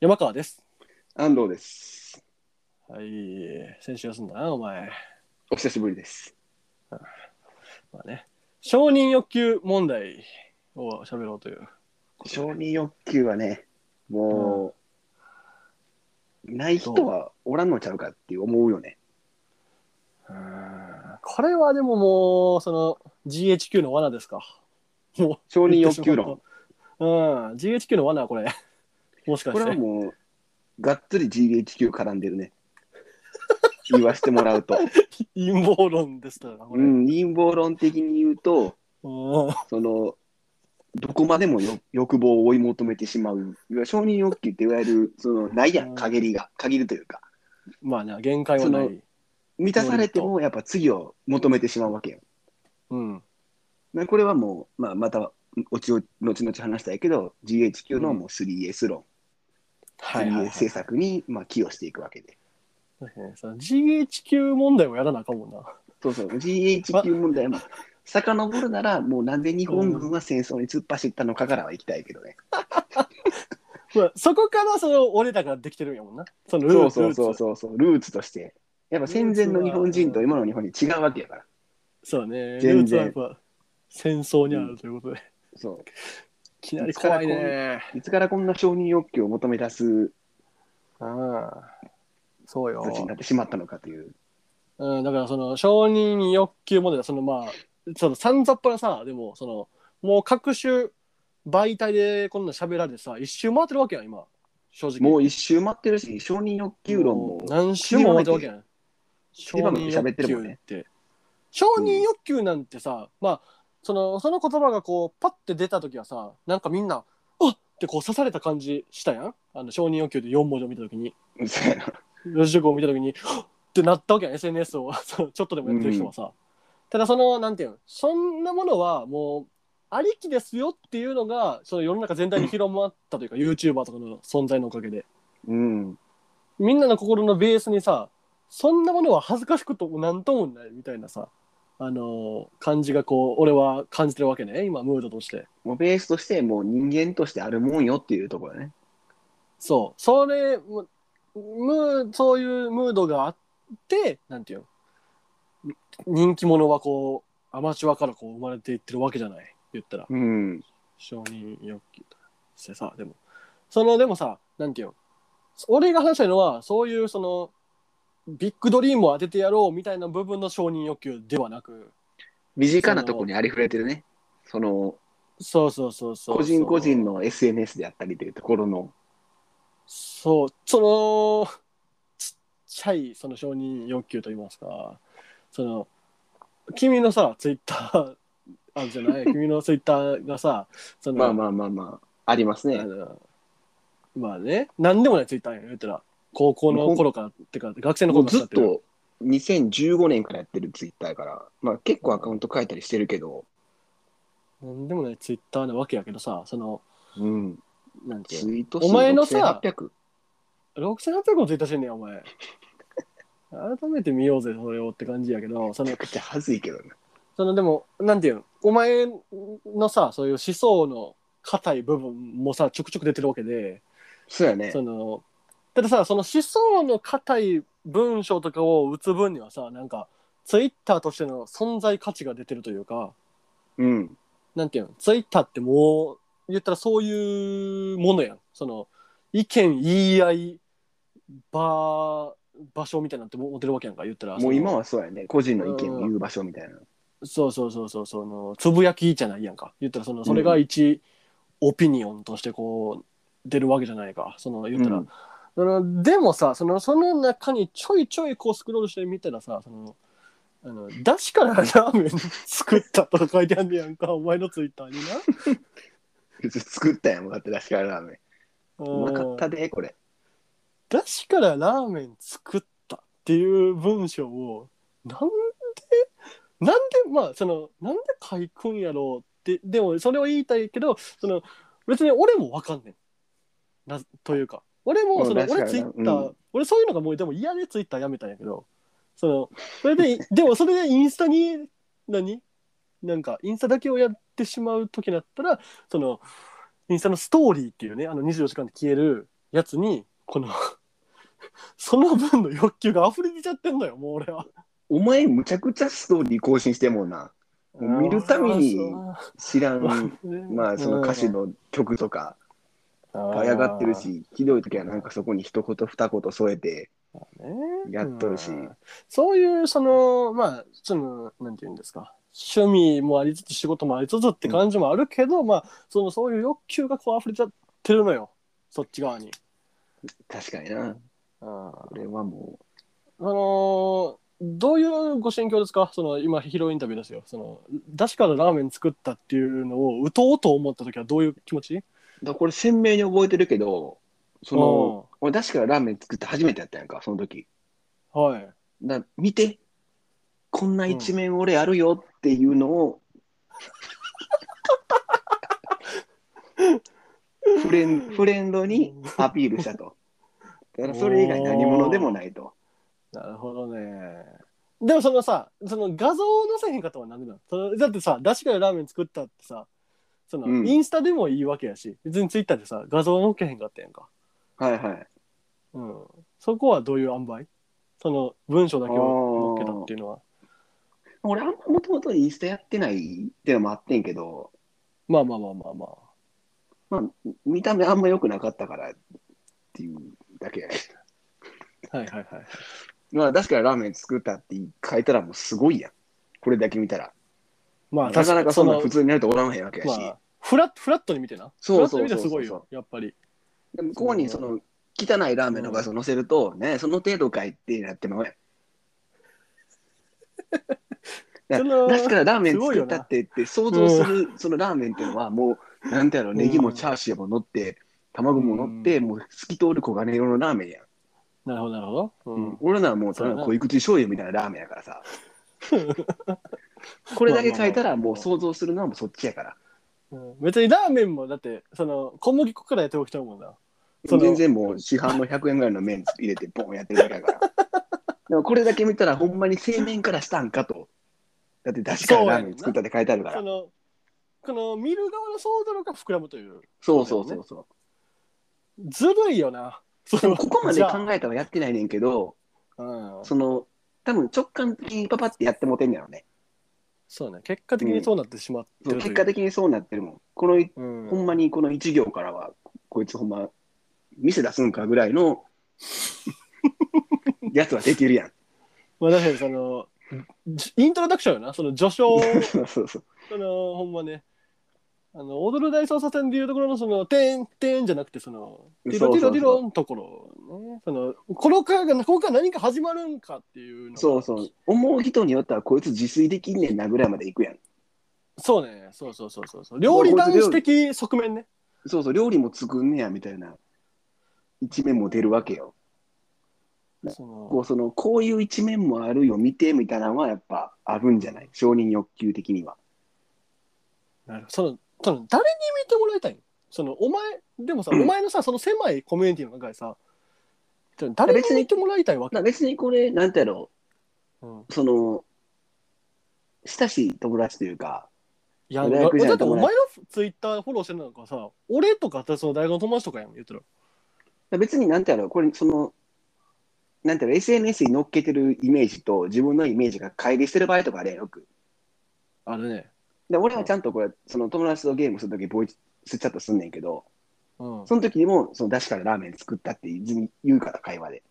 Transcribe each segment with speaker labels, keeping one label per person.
Speaker 1: 山川です。
Speaker 2: 安藤です。
Speaker 1: はい。先週休んだな、お前。
Speaker 2: お久しぶりです。
Speaker 1: まあね。承認欲求問題を喋ろうという。
Speaker 2: 承認欲求はね、もう、ない人はおらんのちゃうかって思うよね。
Speaker 1: これはでももう、その GHQ の罠ですか。もう。
Speaker 2: 承認欲求論。。
Speaker 1: うん。GHQ の罠、これ。 もしか
Speaker 2: こ
Speaker 1: し
Speaker 2: れは
Speaker 1: て。
Speaker 2: もう、がっつり GHQ 絡んでるね。言わしてもらうと。
Speaker 1: 陰謀論ですからな、こ
Speaker 2: う
Speaker 1: れ。うん。
Speaker 2: ん、陰謀論的に言うと、その、どこまでもよ欲望を追い求めてしまう。いわゆる承認欲求っていわゆる、その、ないや、
Speaker 1: うんん
Speaker 2: 限りが、限るというか。
Speaker 1: まあね、限界はな
Speaker 2: そ
Speaker 1: い。
Speaker 2: 満たされても、やっぱ次を求めてしまうわけよ。
Speaker 1: うん。
Speaker 2: まあこれはもう、まあ、また後々後々話したいけど GHQ のもう 3S 論、
Speaker 1: はいはい、
Speaker 2: 3S 政策にまあ寄与していくわけで
Speaker 1: 確かにその GHQ 問題をやらなあかんもんな。
Speaker 2: そうそう GHQ 問題も遡るならもうなんで日本軍は戦争に突っ走ったのかからは行きたいけどね、
Speaker 1: まあ、そこからその俺らができてるんやもんな。そのル
Speaker 2: そ
Speaker 1: ーツ
Speaker 2: うそ
Speaker 1: ルー
Speaker 2: うそうそうそうルーツとしてやっぱ戦前の日本人と今の日本人違うわけやから
Speaker 1: ツそうね。ル
Speaker 2: 全
Speaker 1: ーツは
Speaker 2: 然
Speaker 1: やっぱ戦争にあるということで。い
Speaker 2: そ
Speaker 1: きなり怖いね。
Speaker 2: ういつからこんな承認欲求を求め出す
Speaker 1: うん。そうよ
Speaker 2: 人。たちになってしまったのかという
Speaker 1: うん、だからその承認欲求問題だそのまあそのさんざっぱらさでもそのもう各種媒体でこんなん喋られてさ一周回ってるわけやん今正直
Speaker 2: もう一周待ってるし承認欲求論
Speaker 1: も
Speaker 2: も
Speaker 1: う何周も回ってるわけやん承
Speaker 2: 一番目で喋ってるもんね
Speaker 1: って承認欲求なんてさ、まあそのその言葉がこうパッて出た時はさなんかみんな「あっ!」ってこう刺された感じしたやんあの承認欲求で4文字を見た時に
Speaker 2: うそやな
Speaker 1: 四字熟語を見た時にはっってなったわけやん SNS を そのちょっとでもやってる人はさ、ただそのなんていうのそんなものはもうありきですよっていうのがその世の中全 体に広まったというか、YouTuber とかの存在のおかげで
Speaker 2: うん
Speaker 1: みんなの心のベースにさそんなものは恥ずかしくともなんともないみたいなさあのー感じがこう俺は感じてるわけね今ムードとして
Speaker 2: もうベースとしてもう人間としてあるもんよっていうところね。
Speaker 1: そうそれむむそういうムードがあってなんていうの人気者はこうアマチュアからこう生まれていってるわけじゃない言ったら
Speaker 2: うん。
Speaker 1: 承認欲求としてさでもそのでもさなんていうの俺が話したいのはそういうそのビッグドリームを当ててやろうみたいな部分の承認欲求ではなく
Speaker 2: 身近なとこにありふれてるね。その
Speaker 1: そうそうそうそう
Speaker 2: 個人個人の SNS であったりというところの。
Speaker 1: そうそのちっちゃいその承認欲求といいますかその君のさツイッターあるじゃない君のツイッターがさその
Speaker 2: まあまあまあまあ、あります
Speaker 1: あ
Speaker 2: ね。
Speaker 1: のまあね何でもないツイッターやん言ったら高校の頃からってか学生の
Speaker 2: も
Speaker 1: 頃
Speaker 2: う
Speaker 1: から
Speaker 2: ず
Speaker 1: や
Speaker 2: って
Speaker 1: る
Speaker 2: と2015年からやってるツイッターやから、まあ結構アカウント変えたりしてるけど、
Speaker 1: 何でもないツイッターなわけやけどさその
Speaker 2: うん。
Speaker 1: なんていう
Speaker 2: ツイート
Speaker 1: お前のさ
Speaker 2: 6800。
Speaker 1: の6800もツイッターしてんねんお前改めて見ようぜそれをって感じやけどそ
Speaker 2: めち
Speaker 1: の
Speaker 2: ゃくちゃ恥ずいけどね。
Speaker 1: そのでもなんていうのお前のさそういう思想の硬い部分もさちょくちょく出てるわけで、
Speaker 2: そうやね
Speaker 1: そ。のたださその思想の硬い文章とかを打つ分にはさなんかツイッターとしての存在価値が出てるというか
Speaker 2: うん。
Speaker 1: なんていうのツイッターってもう言ったらそういうものやんその意見言い合い場場所みたいなって持ってるわけやんか言ったら
Speaker 2: もう今
Speaker 1: は
Speaker 2: はそうやね。個人の意見を言う場所みたいな。
Speaker 1: そうそうそうそうそのつぶやきじゃないやんか言ったらそのそれが一、オピニオンとしてこう出るわけじゃないかその言ったら、
Speaker 2: うん
Speaker 1: そのでもさそのその中にちょいちょいこうスクロールしてみたらさそのあの出汁からラーメン作ったとか書いてあんねやんかお前のツイッターにな。
Speaker 2: 別に 作ったやん、もうだって出しからラーメン。うまかったで、これ。
Speaker 1: だしからラーメン作ったっていう文章をなんでなんでまあそのなんで書くんやろうってでもそれを言いたいけどその別に俺もわかんねんなというか俺もその
Speaker 2: うん確
Speaker 1: 俺
Speaker 2: かに
Speaker 1: ツイッター、
Speaker 2: う
Speaker 1: 俺そういうのがもうでも嫌でツイッターやめたんやけどそのそれででもそれでインスタに何なんかインスタだけをやってしまう時だったらそのインスタのストーリーっていうねあの24時間で消えるやつにこのその分の欲求が溢れ出ちゃってんのよもう俺は。
Speaker 2: お前、むちゃくちゃストーリー更新してんもんな。もう見るたびに知らん、まあ、その歌詞の曲とか、がやがってるし、ひどい時はなんかそこに一言二言添えて
Speaker 1: ね
Speaker 2: やっとるし
Speaker 1: う。んそういうそのまあそのなんて言うんですか趣味もありつつ仕事もありつつって感じもあるけど、まあそのそういう欲求がこう溢れちゃってるのよそっち側に。
Speaker 2: 確かにな。
Speaker 1: うん
Speaker 2: これはも
Speaker 1: あのーどういうご心境ですかその今ヒロインタビューですよその確からラーメン作ったっていうのを打とうと思った時はどういう気持ち
Speaker 2: う、だからこれ鮮明に覚えてるけど、その、俺確かラーメン作って初めてやったやんか、その時。
Speaker 1: はい
Speaker 2: だ見て、こんな一面俺あるよっていうのを、フレンフレンドにアピールしたと。だからそれ以外何者でもないと。
Speaker 1: なるほどねでもそのさその画像を載せへんかったのは何でなのそのだってさ確からラーメン作ったってさその、
Speaker 2: うん
Speaker 1: インスタでもいいわけやし別にツイッターでさ画像載っけへんかったやんか
Speaker 2: はいはい。
Speaker 1: うんそこはどういう塩梅その文章だけを載っけたっていうのは
Speaker 2: 俺あんまもともとインスタやってないっていうのもあってんけど、
Speaker 1: まあまあまあまあまあ
Speaker 2: まあ、見た目あんま良くなかったからっていうだけ。
Speaker 1: はいはいはい
Speaker 2: まあ確かにラーメン作ったって書いたらもうすごいやん。これだけ見たら。
Speaker 1: ま
Speaker 2: なかなかそんな
Speaker 1: の
Speaker 2: 普通になるとおらんへんわけやし。
Speaker 1: まあ、フラッフラットに見てな。
Speaker 2: そうそうそうそう
Speaker 1: フラットに見てすごいよ、やっぱり。
Speaker 2: でもここにその汚いラーメンの画像載せると、ね、その程度かいってなってまうやん。だ
Speaker 1: その
Speaker 2: 確からラーメン
Speaker 1: すごい
Speaker 2: 作
Speaker 1: よ
Speaker 2: っ
Speaker 1: な
Speaker 2: たって言って想像するそのラーメンっていうのはもうなんてやろ
Speaker 1: うん
Speaker 2: ネギもチャーシューも乗って卵も乗ってもう透き通る黄金色のラーメンやん、
Speaker 1: なるほど、なるほど。う
Speaker 2: うん
Speaker 1: ん。
Speaker 2: 俺らはもうただの濃い口醤油みたいなラーメンやからさこれだけ書いたらもう想像するのはもうそっちやから
Speaker 1: うん別にラーメンも、だって、その、小麦粉からやっておきたいもんな。その
Speaker 2: 全然もう市販の100円ぐらいの麺入れてボンやってるだけだから。でもこれだけ見たらほんまに製麺からしたんかと。だって確かにラーメン作ったって書いてあるか
Speaker 1: そ
Speaker 2: ら。
Speaker 1: の、この、見る側の想像力が膨らむという。
Speaker 2: そうそうそうそう。
Speaker 1: ずるいよな。
Speaker 2: でもここまで考
Speaker 1: え
Speaker 2: えたらやってないねんけど、
Speaker 1: うん。
Speaker 2: その多分直感的にパパってやってもてんねやろね。
Speaker 1: そうね。結果的にそうなってしまって
Speaker 2: そう
Speaker 1: るという
Speaker 2: 結果的にそうなってるもん。このい、
Speaker 1: うん。
Speaker 2: ほんまにこの一行からは、こいつほんま、店出すんかぐらい のやつはできるやん。
Speaker 1: まあ、確かにその、じイントロダクションよな。その、序章 を
Speaker 2: そうそうそう。
Speaker 1: そのほんまねあの踊る大捜査線でいうところのその「てんてん」じゃなくてその「ティロティロティロ」のところねそのこのかがここから何か始まるんかっていうの
Speaker 2: そうそう。思う人によっては、こいつ自炊できんねんなぐらいまでいくやん。
Speaker 1: そうねそうそうそうそうそう料理男子的側面ね
Speaker 2: そうそう、料理も作んねやみたいな一面も出るわけよ。こ
Speaker 1: そ
Speaker 2: こ
Speaker 1: の
Speaker 2: うそのこういう一面もあるよ、見てみたいなのはやっぱあるんじゃない承認欲求的には。
Speaker 1: なるそのその誰に見てもらいたいのそのお前でもさ、
Speaker 2: うん
Speaker 1: お前のさその狭いコミュニティの中でさその誰に見てもらいたいわけ、
Speaker 2: まあ、別にこれ、なんてやろ
Speaker 1: うん、
Speaker 2: う、その、親しい友達というか、
Speaker 1: いや
Speaker 2: 大学じ
Speaker 1: だっ
Speaker 2: ゃない
Speaker 1: てお前のツイッターフォローしてるのかさ俺とかその大学の友達とかやん言ってる
Speaker 2: 別になんてやろう、これ、その、なんてやろう、SNS に乗っけてるイメージと自分のイメージが乖離してる場合とかあれやんよく。
Speaker 1: あれね
Speaker 2: で俺はちゃんとこれ、その友達とゲームするとき、ボイスチャットすんねんけど、
Speaker 1: うん
Speaker 2: その時にも、その出しからラーメン作ったって言うから、会話で。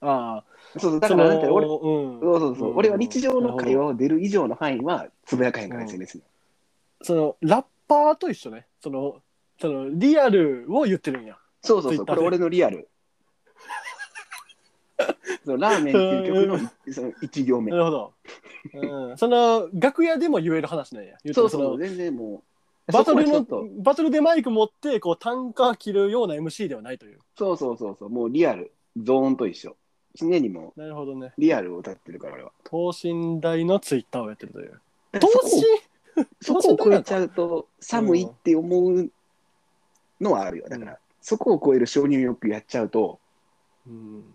Speaker 1: あ
Speaker 2: そうそう、
Speaker 1: あ、
Speaker 2: だからなんて俺、
Speaker 1: その
Speaker 2: そううそうそう、
Speaker 1: ん
Speaker 2: 俺は日常の会
Speaker 1: なるほ
Speaker 2: 話を出る以上の範囲はつぶやかへんから、
Speaker 1: うん
Speaker 2: SNS に。
Speaker 1: どそのラッパーと一緒ねそのそのリアルを言ってるんや
Speaker 2: そうそうそう、
Speaker 1: Twitter
Speaker 2: こ
Speaker 1: で
Speaker 2: れ俺のリアル。そうラーメンっていう曲 のその一行目
Speaker 1: な。るほど、うん、その楽屋でも言える話なんや言
Speaker 2: そう
Speaker 1: た
Speaker 2: そう、
Speaker 1: ら
Speaker 2: 全然もう。
Speaker 1: のバトル
Speaker 2: そこは
Speaker 1: の
Speaker 2: ちょっ
Speaker 1: バトルでマイク持ってこう単価切るような MC ではないという
Speaker 2: と。そうそうそうそう、もうリアル、ゾーンと一緒。常にも
Speaker 1: なるほどね
Speaker 2: うリアルを歌ってるから、俺は。
Speaker 1: 等身大のツイッターをやってるという
Speaker 2: だか
Speaker 1: 等
Speaker 2: らそこを
Speaker 1: 身
Speaker 2: そこを超えちゃうと寒いって思うのはあるよ。だから、そこを超える承認欲求やっちゃうと、
Speaker 1: うん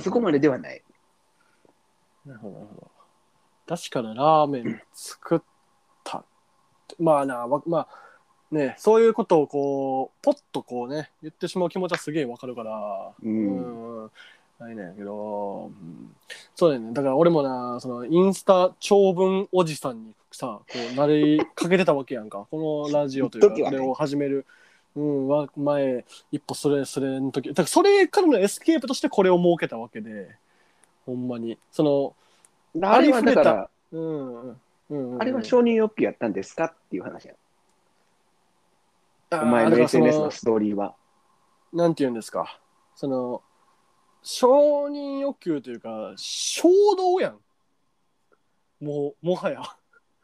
Speaker 2: そこまでではない。
Speaker 1: なるほどなるほど。確かにラーメン作ったって。まあな、わまあ、ね、そういうことをこうポッとこうね言ってしまう気持ちはすげえわかるから、
Speaker 2: うん
Speaker 1: うんないねんけど、うんそうだよねだから俺もなそのインスタ長文おじさんにさこうなりかけてたわけやんかこのラジオというか
Speaker 2: 時は
Speaker 1: こ
Speaker 2: ね
Speaker 1: れを始める。うん、は前一歩それそれの時だからそれからのエスケープとしてこれを設けたわけでほんまにその
Speaker 2: あれはだから、
Speaker 1: うんうんうんうん
Speaker 2: あれは承認欲求やったんですかっていう話や。
Speaker 1: あー
Speaker 2: お前
Speaker 1: だ
Speaker 2: の
Speaker 1: からそ
Speaker 2: SNS のストーリーは。
Speaker 1: なんて言うんですかその承認欲求というか衝動やんもうもはや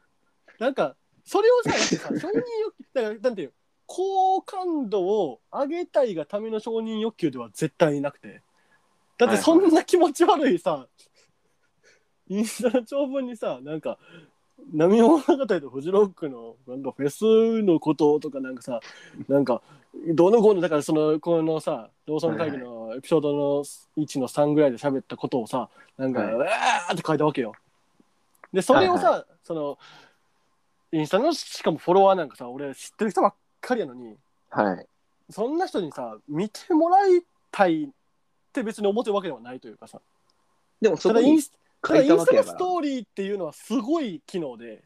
Speaker 1: なんかそれをささ承認欲求だからなんていう好感度を上げたいがための承認欲求では絶対になくてだってそんな気持ち悪いさ、インスタの長文にさなんか波物語とフジロックのなんかフェスのこととかなんかさなんかどうのこうのだからそのこのさローソン会議のエピソードの1の3ぐらいで喋ったことをさなんか、
Speaker 2: はいう
Speaker 1: わーって書いたわけよ。でそれをさ、そのインスタのしかもフォロワーなんかさ俺知ってる人ばっかりやのに
Speaker 2: はい。
Speaker 1: そんな人にさ見てもらいたいって別に思ってるわけではないというかさ
Speaker 2: でもそ
Speaker 1: た
Speaker 2: こ
Speaker 1: だイン
Speaker 2: に
Speaker 1: ス
Speaker 2: 書いた
Speaker 1: イン
Speaker 2: わ
Speaker 1: スタ
Speaker 2: け
Speaker 1: の
Speaker 2: や
Speaker 1: ス
Speaker 2: か
Speaker 1: ト
Speaker 2: ら。
Speaker 1: ーリーっていうのはすごい機能で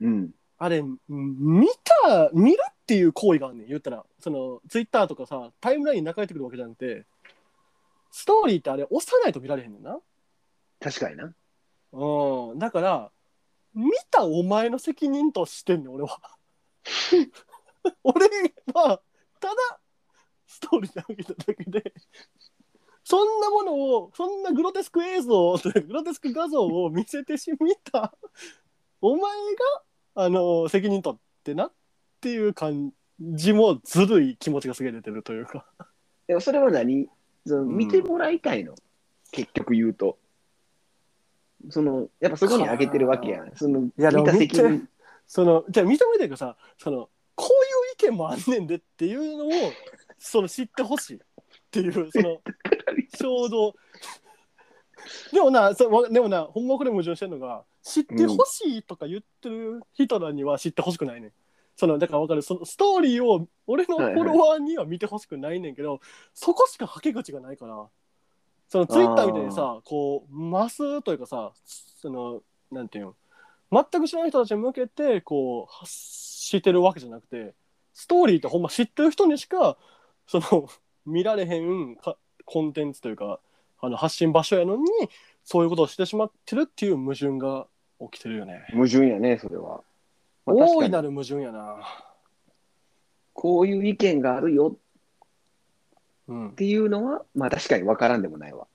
Speaker 2: うん。
Speaker 1: あれん見た見るっていう行為があんねん言ったらそのツイッターとかさタイムラインに流れてくるわけじゃなくてストーリーってあれ押さないと見られへんねんな
Speaker 2: 確かにな。
Speaker 1: うんだから見たお前の責任としてんねん俺は 俺はただストーリーで上げただけでそんなものをそんなグロテスク映像というかグロテスク画像を見せてしみたお前があの責任取ってなっていう感じもずるい気持ちがすげえ出てるというか
Speaker 2: でもそれは何その
Speaker 1: うん
Speaker 2: 見てもらいたいの、結局言うと。そのやっぱそこにあげてるわけやん。その
Speaker 1: やでも
Speaker 2: 見た責
Speaker 1: 見
Speaker 2: 任。
Speaker 1: そのじゃあ見た目というかさそのこういう意見もあんねんでっていうのをその知ってほしいっていうその衝動でもなそわでもなほんまこれ矛盾してるのが知ってほしいとか言ってる人らには知ってほしくないねん。そのだからわかるそのストーリーを俺のフォロワーには見てほしくないねんけど、そこしかはけ口がないからそのツイッターみたいにさこうマスというかさそのなんていうの全く知らない人たちに向けてこう発してるわけじゃなくてストーリーってほんま知ってる人にしかその 見られへんかコンテンツというかあの発信場所やのにそういうことをしてしまってるっていう矛盾が起きてるよね。
Speaker 2: 矛盾やね、それは。まあ確
Speaker 1: 大
Speaker 2: か
Speaker 1: い
Speaker 2: に
Speaker 1: なる矛盾やな。
Speaker 2: こういう意見があるよ
Speaker 1: うん
Speaker 2: っ、ていうのは、まあ確かに分からんでもないわ。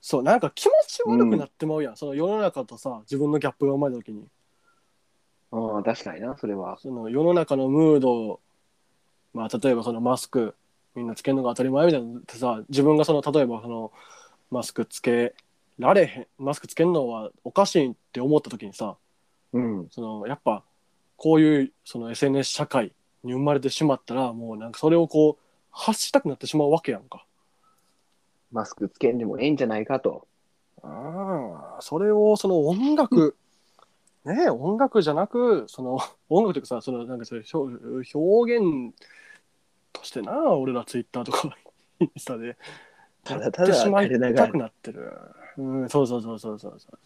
Speaker 1: そうなんか気持ち悪くなってまうやん、その世の中とさ自分のギャップが生まれた時に
Speaker 2: ああ、確かにな、それは。
Speaker 1: その世の中のムードを、まあ、例えばそのマスクみんなつけるのが当たり前みたいなってさ自分がその例えばそのマスクつけられへんマスクつけるのはおかしいって思った時にさ
Speaker 2: うん。
Speaker 1: そのやっぱこういうその SNS 社会に生まれてしまったらもうなんかそれをこう発したくなってしまうわけやんか。
Speaker 2: マスクつけんでもええんじゃないかと。
Speaker 1: ああ、それをその音楽、ねえ音楽じゃなく、その 音楽というかさ、そのなんかそういう表表現としてな、俺らツイッターとかインスタで
Speaker 2: ただた
Speaker 1: やって
Speaker 2: だ
Speaker 1: しまい
Speaker 2: 垂れ流
Speaker 1: た
Speaker 2: れ
Speaker 1: くなってる。うん、そうそうそうそうそうそう。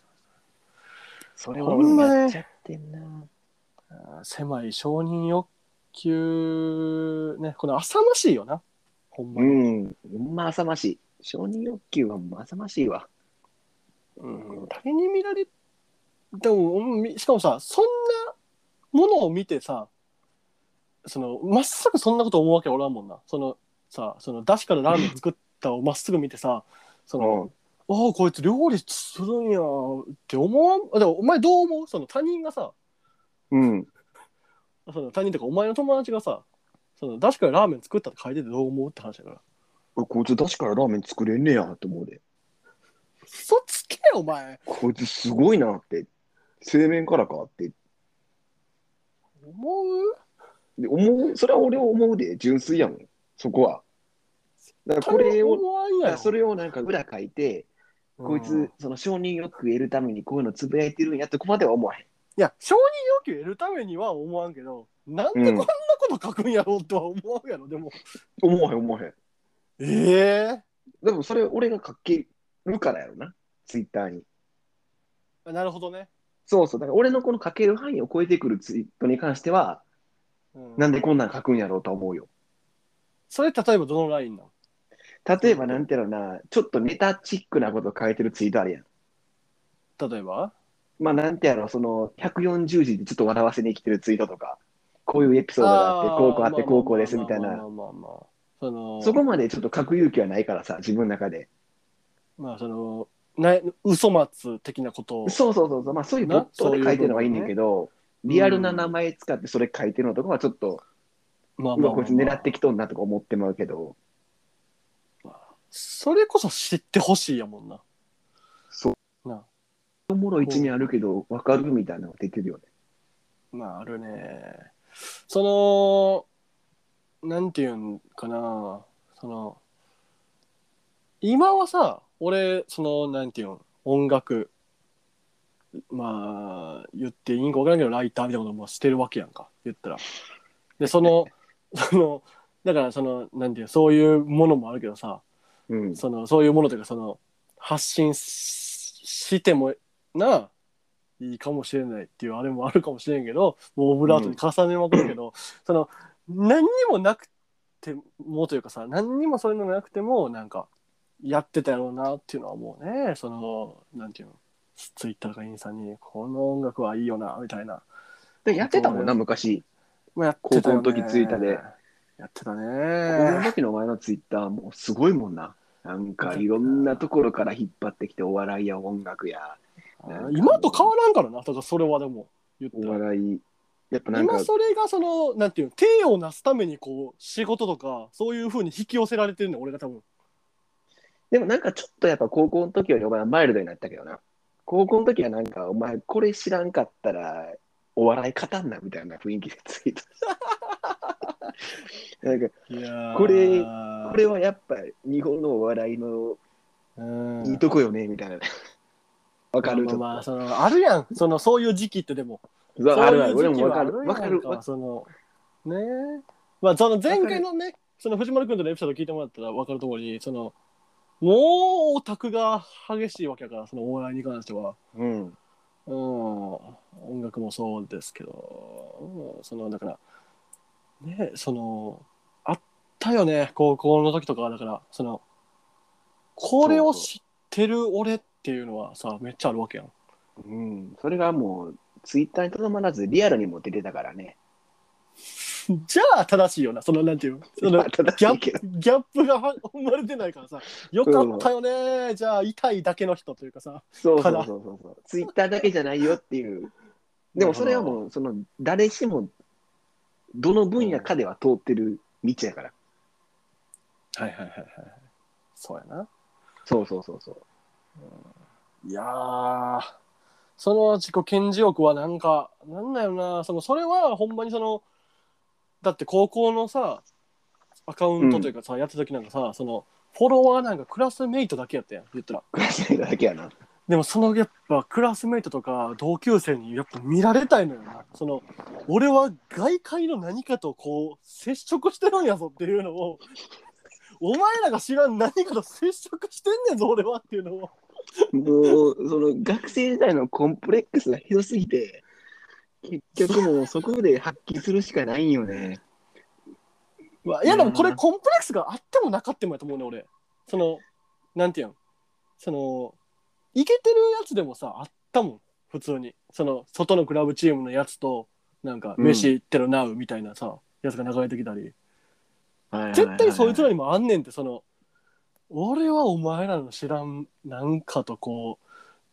Speaker 2: そ
Speaker 1: れ
Speaker 2: れ
Speaker 1: は
Speaker 2: は
Speaker 1: ほんまね
Speaker 2: やっちゃってんな。
Speaker 1: あー狭い承認欲求、ね、この浅ましいよな、ほんま
Speaker 2: う
Speaker 1: に。
Speaker 2: ん。ほんま浅ましい。承認欲求はもう浅ましいわ。
Speaker 1: うん、誰に見られでもうんみしかもさそんなものを見てさそのまっすぐそんなこと思うわけおらんもんなそのさその出汁からラーメン作ったをまっすぐ見てさその、ああこいつ料理するんやって思わんあでもお前どう思うその他人がさ
Speaker 2: うん。
Speaker 1: その他人とかお前の友達がさその出汁からラーメン作ったって書いててどう思うって話だから
Speaker 2: こいつ確からラーメン作れんねやと思うで。
Speaker 1: そつけよお前
Speaker 2: こいつすごいなって。製麺からかって。
Speaker 1: 思う
Speaker 2: で思う、それは俺は思うで、純粋やもん。そこは。だからこれを、
Speaker 1: 思わんやろ
Speaker 2: それをなんか裏書いて、こいつ、その承認欲求得るためにこういうのつぶやいてるんやってここまでは思わへん。
Speaker 1: いや承認欲求得るためには思わんけどなんでこんなこと書くんやろうとは思うやろでも
Speaker 2: 思わへん思わへん。
Speaker 1: ええ
Speaker 2: でもそれ俺が書けるからやろな、ツイッターに。
Speaker 1: あなるほどね、
Speaker 2: そうそう、だから俺のこの書ける範囲を超えてくるツイートに関しては、
Speaker 1: うん
Speaker 2: なんでこんなん書くんやろうと思うよ。
Speaker 1: それ例えばどのラインなの
Speaker 2: 例えばなんていうのかな、ちょっとネタチックなこと書いてるツイートあるやん。
Speaker 1: 例えば
Speaker 2: まあなんてやろ、その140字でちょっと笑わせに来てるツイートとか、こういうエピソードがあって、こうこうあって、こうこうですみたい
Speaker 1: まあま
Speaker 2: な。
Speaker 1: あまあまあまあまあまあその
Speaker 2: そこまでちょっと書く勇気はないからさ、自分の中で。
Speaker 1: まあそのな嘘松的なことを
Speaker 2: そうそうそうそう、まあそういうボットで書いてるのはいいねんだけど、
Speaker 1: ね
Speaker 2: リアルな名前使ってそれ書いてるのとかはちょっと、
Speaker 1: まあ
Speaker 2: うわ、こいつ狙ってきとんなとか思ってまうけど、
Speaker 1: それこそ知ってほしいやもんな
Speaker 2: そう。
Speaker 1: な
Speaker 2: おもろい一面あるけど、わかるみたいなのが出てるよね。
Speaker 1: まああるねそのなんていうんかなその今はさ俺そのなんていうん音楽まあ言っていいんか分からんけどライターみたいなこともしてるわけやんか言ったらでそのそのだからそのなんていうんそういうものもあるけどさ
Speaker 2: うん。
Speaker 1: そのそういうものというかその発信ししてもないいかもしれないっていうあれもあるかもしれんけどもうオブラートに重ねまくるけど、その何にもなくてもというかさ何にもそういうのがなくてもなんかやってたやろうなっていうのはもうねそのなんていうのツイッターとかインスタにこの音楽はいいよなみたいな、
Speaker 2: でやってたもんな、昔。
Speaker 1: まあ、やってたよね
Speaker 2: 高校の時ツイッターで
Speaker 1: やってた
Speaker 2: 俺の
Speaker 1: ね
Speaker 2: 時の前のツイッターもすごいもんな。なんかいろんなところから引っ張ってきて、お笑いや音楽や、
Speaker 1: 今と変わらんからなだからそれはでも言った
Speaker 2: お
Speaker 1: ら
Speaker 2: 笑い、やっぱなんか
Speaker 1: 今、それがそのなんていうの手をなすためにこう仕事とかそういうふうに引き寄せられてるの俺が多分
Speaker 2: でもなんかちょっとやっぱ高校の時よりお前はマイルドになったけどな。高校の時はなんか、お前これ知らんかったら、お笑い方んなみたいな雰囲気でツ イートした。なんか、
Speaker 1: いや
Speaker 2: ーこれ
Speaker 1: こ
Speaker 2: これはやっぱ日本のお笑いの
Speaker 1: うん
Speaker 2: いいとこよね、みたいな。わかる
Speaker 1: ま
Speaker 2: ち
Speaker 1: あ
Speaker 2: ょっと
Speaker 1: まあまあそのあるやんそのそういう時期ってでも
Speaker 2: うわあるある。
Speaker 1: そうい
Speaker 2: 俺
Speaker 1: う時期
Speaker 2: も
Speaker 1: は
Speaker 2: わか
Speaker 1: あ
Speaker 2: る。
Speaker 1: んやん
Speaker 2: わかる。わ
Speaker 1: そのねえまあその前回のねその藤丸君とのエピソード聞いてもらったら分かるところにそのもうオタクが激しいわけだからそのお笑いに関しては
Speaker 2: うん。
Speaker 1: うん、音楽もそうですけど、うんそのだからねそのあったよね高校の時とかだからそのこれを知ってる俺っていうのはさめっちゃあるわけやん
Speaker 2: うん、それがもう、ツイッターにとどまらず、リアルにも出てたからね。
Speaker 1: じゃあ正しいよなそのなんていうのそのギ
Speaker 2: 正
Speaker 1: ャ
Speaker 2: しい
Speaker 1: ッ
Speaker 2: けど
Speaker 1: プギャップがは生まれてないからさよかったよね、じゃあ痛いだけの人というかさ
Speaker 2: そうそ
Speaker 1: た
Speaker 2: うそ
Speaker 1: だ
Speaker 2: うそうそう。ツイッターだけじゃないよっていう。でもそれはもう、その、誰しも、どの分野かでは通ってる道やから。
Speaker 1: はいはいはいはいそうやな
Speaker 2: そうそうそう そう。
Speaker 1: いやーその自己顕示欲はなんかなんだよなそのそれはほんまにそのだって高校のさアカウントというかさ、やってた時なんかさそのフォロワーなんかクラスメイトだけやったやん言ったら
Speaker 2: クラスメイトだけやな。
Speaker 1: でもそのやっぱクラスメイトとか同級生にやっぱ見られたいのよなその俺は外界の何かとこう接触してるんやぞっていうのをお前らが知らん何かと接触してんねんぞ俺はっていうのを
Speaker 2: もう、その、学生時代のコンプレックスがひどすぎて、結局もうそこで発揮するしかないんよね。
Speaker 1: まあ、いやでもこれ
Speaker 2: うん
Speaker 1: コンプレックスがあってもなかってもやと思うね俺そのなんていうんそのイケてるやつでもさあったもん普通にその外のクラブチームのやつとなんか
Speaker 2: うん
Speaker 1: 飯行ってるなうみたいなさ、やつが流れてきたり
Speaker 2: 絶
Speaker 1: 絶対そいつらにもあんねんってその俺はお前らの知らんなんかとこ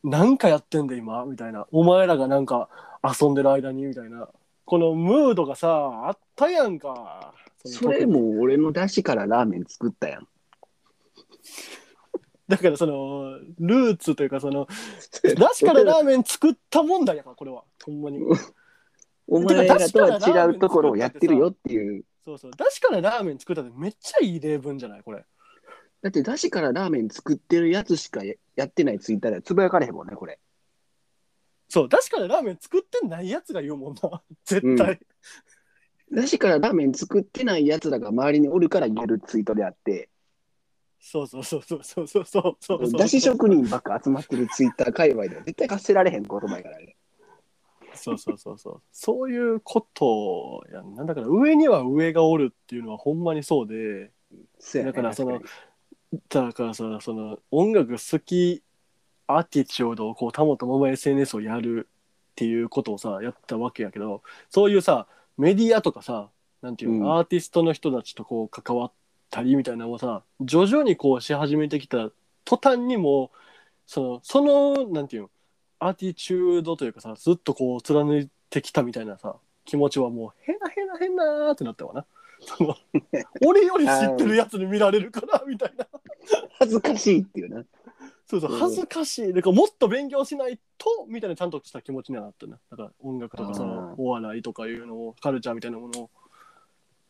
Speaker 1: うなんかやってんで今みたいなお前らがなんか遊んでる間にみたいなこのムードがさあったやんかの
Speaker 2: それも俺の出汁からラーメン作ったやん。
Speaker 1: だからそのルーツというかそのラシからラーメン作った問題やからこれはほんまに
Speaker 2: お前らとは違うところをやってるよっていう。
Speaker 1: そうそうだしからラーメン作ったってめっちゃいい例文じゃないこれ
Speaker 2: だって、だしからラーメン作ってるやつしかややってないツイッターではつぶやかれへんもんね、これ。
Speaker 1: そうだしからラーメン作ってないやつが言うもんな絶対、
Speaker 2: だしからラーメン作ってないやつらが周りにおるから言えるツイートであって、
Speaker 1: そうそうそうそうそうそうそうそうそう
Speaker 2: だし職人ばっか集まってるツイッター界隈では絶対発せられへん言葉やからね。
Speaker 1: そうそうそうそうそういうことやんなんだから上には上がおるっていうのはほんまにそうで
Speaker 2: そやね
Speaker 1: だからその
Speaker 2: 確か
Speaker 1: だからさその音楽好きアーティチュードをこう保ったまま SNS をやるっていうことをさやったわけやけどそういうさメディアとかさなんていうの、
Speaker 2: うん
Speaker 1: アーティストの人たちとこう関わったりみたいなのをさ徐々にこうし始めてきた途端にもうそのそのなんていうのアーティチュードというかさずっとこう貫いてきたみたいなさ気持ちはもうへなへなへなーってなったわな。その俺より知ってるやつに見られるからみたいな
Speaker 2: に恥ずかしいっていうな。
Speaker 1: そうそう
Speaker 2: うん
Speaker 1: 恥ずかしいだからもっと勉強しないとみたいなちゃんとした気持ちにはなったなだから音楽と
Speaker 2: あ
Speaker 1: か
Speaker 2: ー
Speaker 1: そのお笑いとかいうのをカルチャーみたいなものを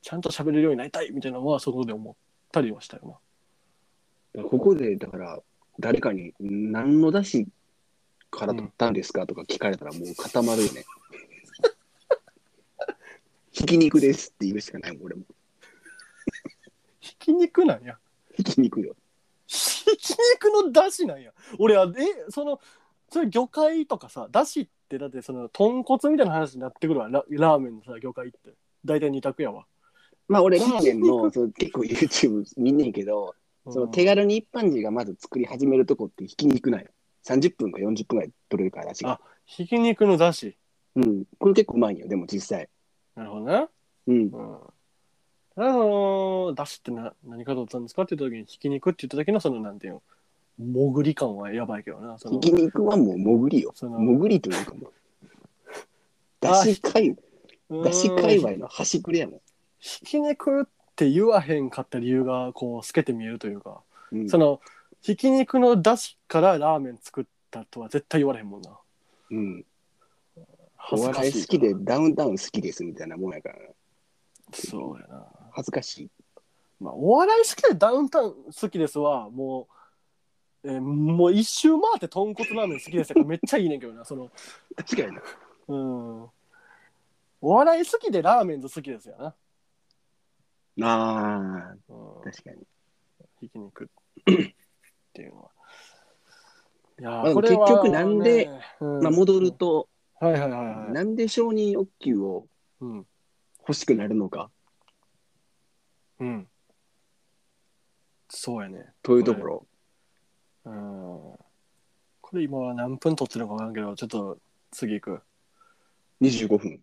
Speaker 1: ちゃんと喋れるようになりたいみたいなのはそこで思ったりはしたよ
Speaker 2: ここでだから誰かに何のだしから取ったんですかとか聞かれたらもう固まる よね。ひき肉ですって言うしかないもん俺も。
Speaker 1: なひき肉なんや
Speaker 2: ひき肉よ。
Speaker 1: ひき肉のだしなんや俺はえそのそれ魚介とかさだしってだってその豚骨みたいな話になってくるわララーメンのさ魚介って大体二択やわ、
Speaker 2: まあ俺ラーメンのその結構 YouTube 見んねんけど、
Speaker 1: うん
Speaker 2: その手軽に一般人がまず作り始めるとこってひき肉なんよ。30分か40分ぐらい取れるからだしが。
Speaker 1: ひき肉のだし
Speaker 2: うん。これ結構うまいんよ、でも実際。
Speaker 1: なるほどな
Speaker 2: うん。
Speaker 1: うんただその出汁ってな何かと思ったんですかって言った時にひき肉って言った時のそのなんていうの潜り感はやばいけどなそ
Speaker 2: ひ
Speaker 1: の
Speaker 2: き肉はもう潜りよ。
Speaker 1: その
Speaker 2: 潜りというかもう。だし界
Speaker 1: うーん
Speaker 2: だし界隈の端くれやもん。
Speaker 1: ひき肉って言わへんかった理由がこう透けて見えるというか、
Speaker 2: うん
Speaker 1: そのひき肉の出汁からラーメン作ったとは絶対言われへんもんな
Speaker 2: うん、お
Speaker 1: 恥ずか
Speaker 2: 笑
Speaker 1: し
Speaker 2: い
Speaker 1: い
Speaker 2: 好きでダウンタウン好きですみたいなもんやからな
Speaker 1: そうやな
Speaker 2: 恥ずかしい
Speaker 1: まあお笑い好きでダウンタウン好きですはもう、えーもう一周回って豚骨ラーメン好きですやからめっちゃいいねんけどなその
Speaker 2: 確かにな
Speaker 1: うんお笑い好きでラーメンズ好きですよな。
Speaker 2: あ
Speaker 1: う
Speaker 2: ー
Speaker 1: ん、
Speaker 2: 確かに
Speaker 1: ひき肉っていうのは。い
Speaker 2: ま
Speaker 1: や
Speaker 2: あ
Speaker 1: ーこれは、
Speaker 2: 結局なんで
Speaker 1: ねうん
Speaker 2: まあ戻ると、
Speaker 1: はいはいはいはい。
Speaker 2: なんで承認欲求を
Speaker 1: うん。
Speaker 2: 欲しくなるのか
Speaker 1: うん。そうやね。
Speaker 2: というところ、
Speaker 1: うん。これ今は何分撮ってるのか分からんけど、ちょっと次行く。
Speaker 2: 25分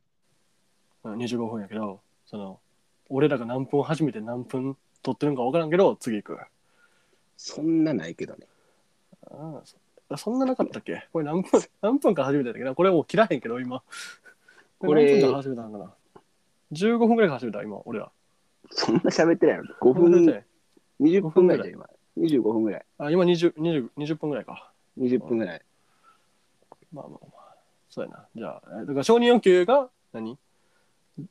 Speaker 1: うん25分やけど、その、俺らが何分初めて何分撮ってるのか分からんけど、次行く。
Speaker 2: そんなないけどね
Speaker 1: ああそそんななかったっけこれ何分 何分から始めたんだっけどこれもう切らへんけど今
Speaker 2: これ
Speaker 1: 何分から始めたんかな15分ぐらいから始めた今俺ら
Speaker 2: そんな喋ってないの5
Speaker 1: 5分ぐら
Speaker 2: 分
Speaker 1: い
Speaker 2: 20分ぐらいじゃん今25分ぐらい
Speaker 1: あ今 20, 20, 20分ぐらいか
Speaker 2: 20分ぐらい
Speaker 1: まあまあまあそうやなじゃあえだから承認欲求が何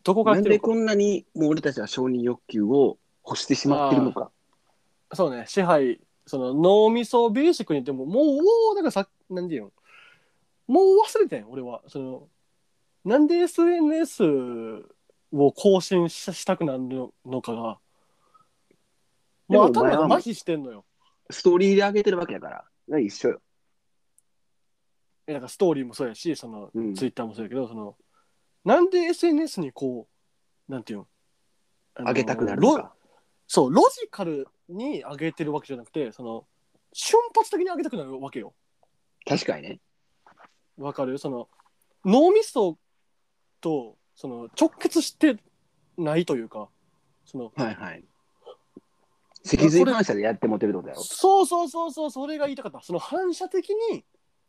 Speaker 1: どこか
Speaker 2: な
Speaker 1: ら
Speaker 2: ん
Speaker 1: 来てる
Speaker 2: で
Speaker 1: のか
Speaker 2: こんなにもう俺たちは承認欲求を欲してしまってるのか
Speaker 1: そうね支配その脳みそをベーシックにでももうおーだからさ何て言うのもう忘れてん俺はそのなんで SNS を更新ししたくなるのかがもう
Speaker 2: でもお
Speaker 1: 頭
Speaker 2: 前は
Speaker 1: が麻痺してんのよ
Speaker 2: ストーリーで上げてるわけだからな一緒よ
Speaker 1: えなんかストーリーもそうやしその、
Speaker 2: うん
Speaker 1: ツイッターもそうやけどそのなんで SNS にこうなんていうのあの
Speaker 2: 上げたくなる
Speaker 1: ロ
Speaker 2: のか
Speaker 1: そうロジカルに上げてるわけじゃなくてその瞬発的に上げたくなるわけよ
Speaker 2: 確かにね
Speaker 1: わかるその脳みそとその直結してないというかその
Speaker 2: はいはい。脊髄反射でやってもてるってことだよ。
Speaker 1: そうそうそうそうそれが言いたかったその反射的に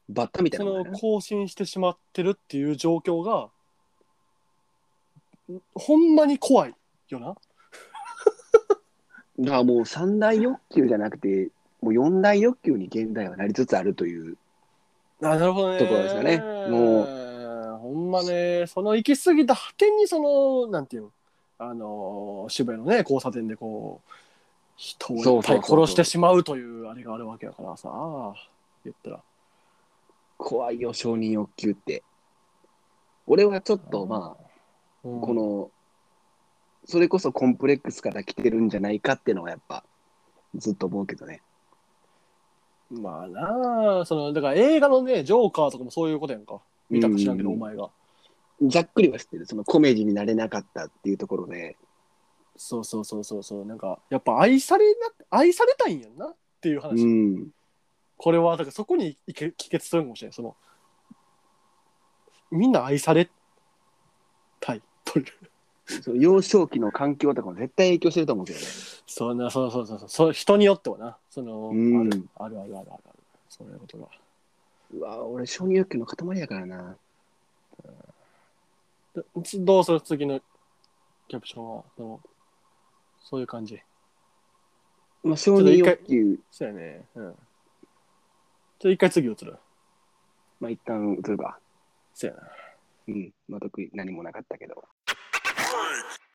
Speaker 2: バッタみたい
Speaker 1: そ
Speaker 2: なもん
Speaker 1: の
Speaker 2: だよね。
Speaker 1: 更新してしまってるっていう状況がほんまに怖いよな
Speaker 2: だからもう三大欲求じゃなくて、もう四大欲求に現代はなりつつあるという。
Speaker 1: あなるほどね
Speaker 2: ところですよねも
Speaker 1: うほんまねその行き過ぎた果てにそのなんていうのあの渋谷のね交差点でこう人をいっぱい殺してしまうというあれがあるわけやからさ言ったら
Speaker 2: 怖いよ、承認欲求って。俺はちょっとまあ、
Speaker 1: こ
Speaker 2: このそれこそコンプレックスから来てるんじゃないかっていうのはやっぱずっと思うけどね。
Speaker 1: まあなあ、その、だから映画のね、ジョーカーとかもそういうことやんか。見たか知らんけど、
Speaker 2: うん
Speaker 1: お前が。
Speaker 2: ざっくりは知ってる。そのコメディになれなかったっていうところで、
Speaker 1: そうそうそうそうそう。なんか、やっぱ愛されな、愛されたいんやんなっていう
Speaker 2: う
Speaker 1: 話。
Speaker 2: ん。
Speaker 1: これは、だからそこにいけ帰結するんかもしれない。その、みんな愛されたいという。
Speaker 2: その幼少期の環境とかも絶対影響してると思うけどね。
Speaker 1: そんな、そうそうそうそう。そう人によってはな。その、
Speaker 2: うん
Speaker 1: あるあるあるあるある。そういうことが。
Speaker 2: うわ俺、承認欲求の塊やからな。
Speaker 1: どどうする次のキャプションは、その、そういう感じ。
Speaker 2: まあ、承認欲求、
Speaker 1: そうやね。うん。じゃあ一回次移る。
Speaker 2: まあ、一旦映るか。
Speaker 1: そうやな。
Speaker 2: うん。まあ、特に何もなかったけど。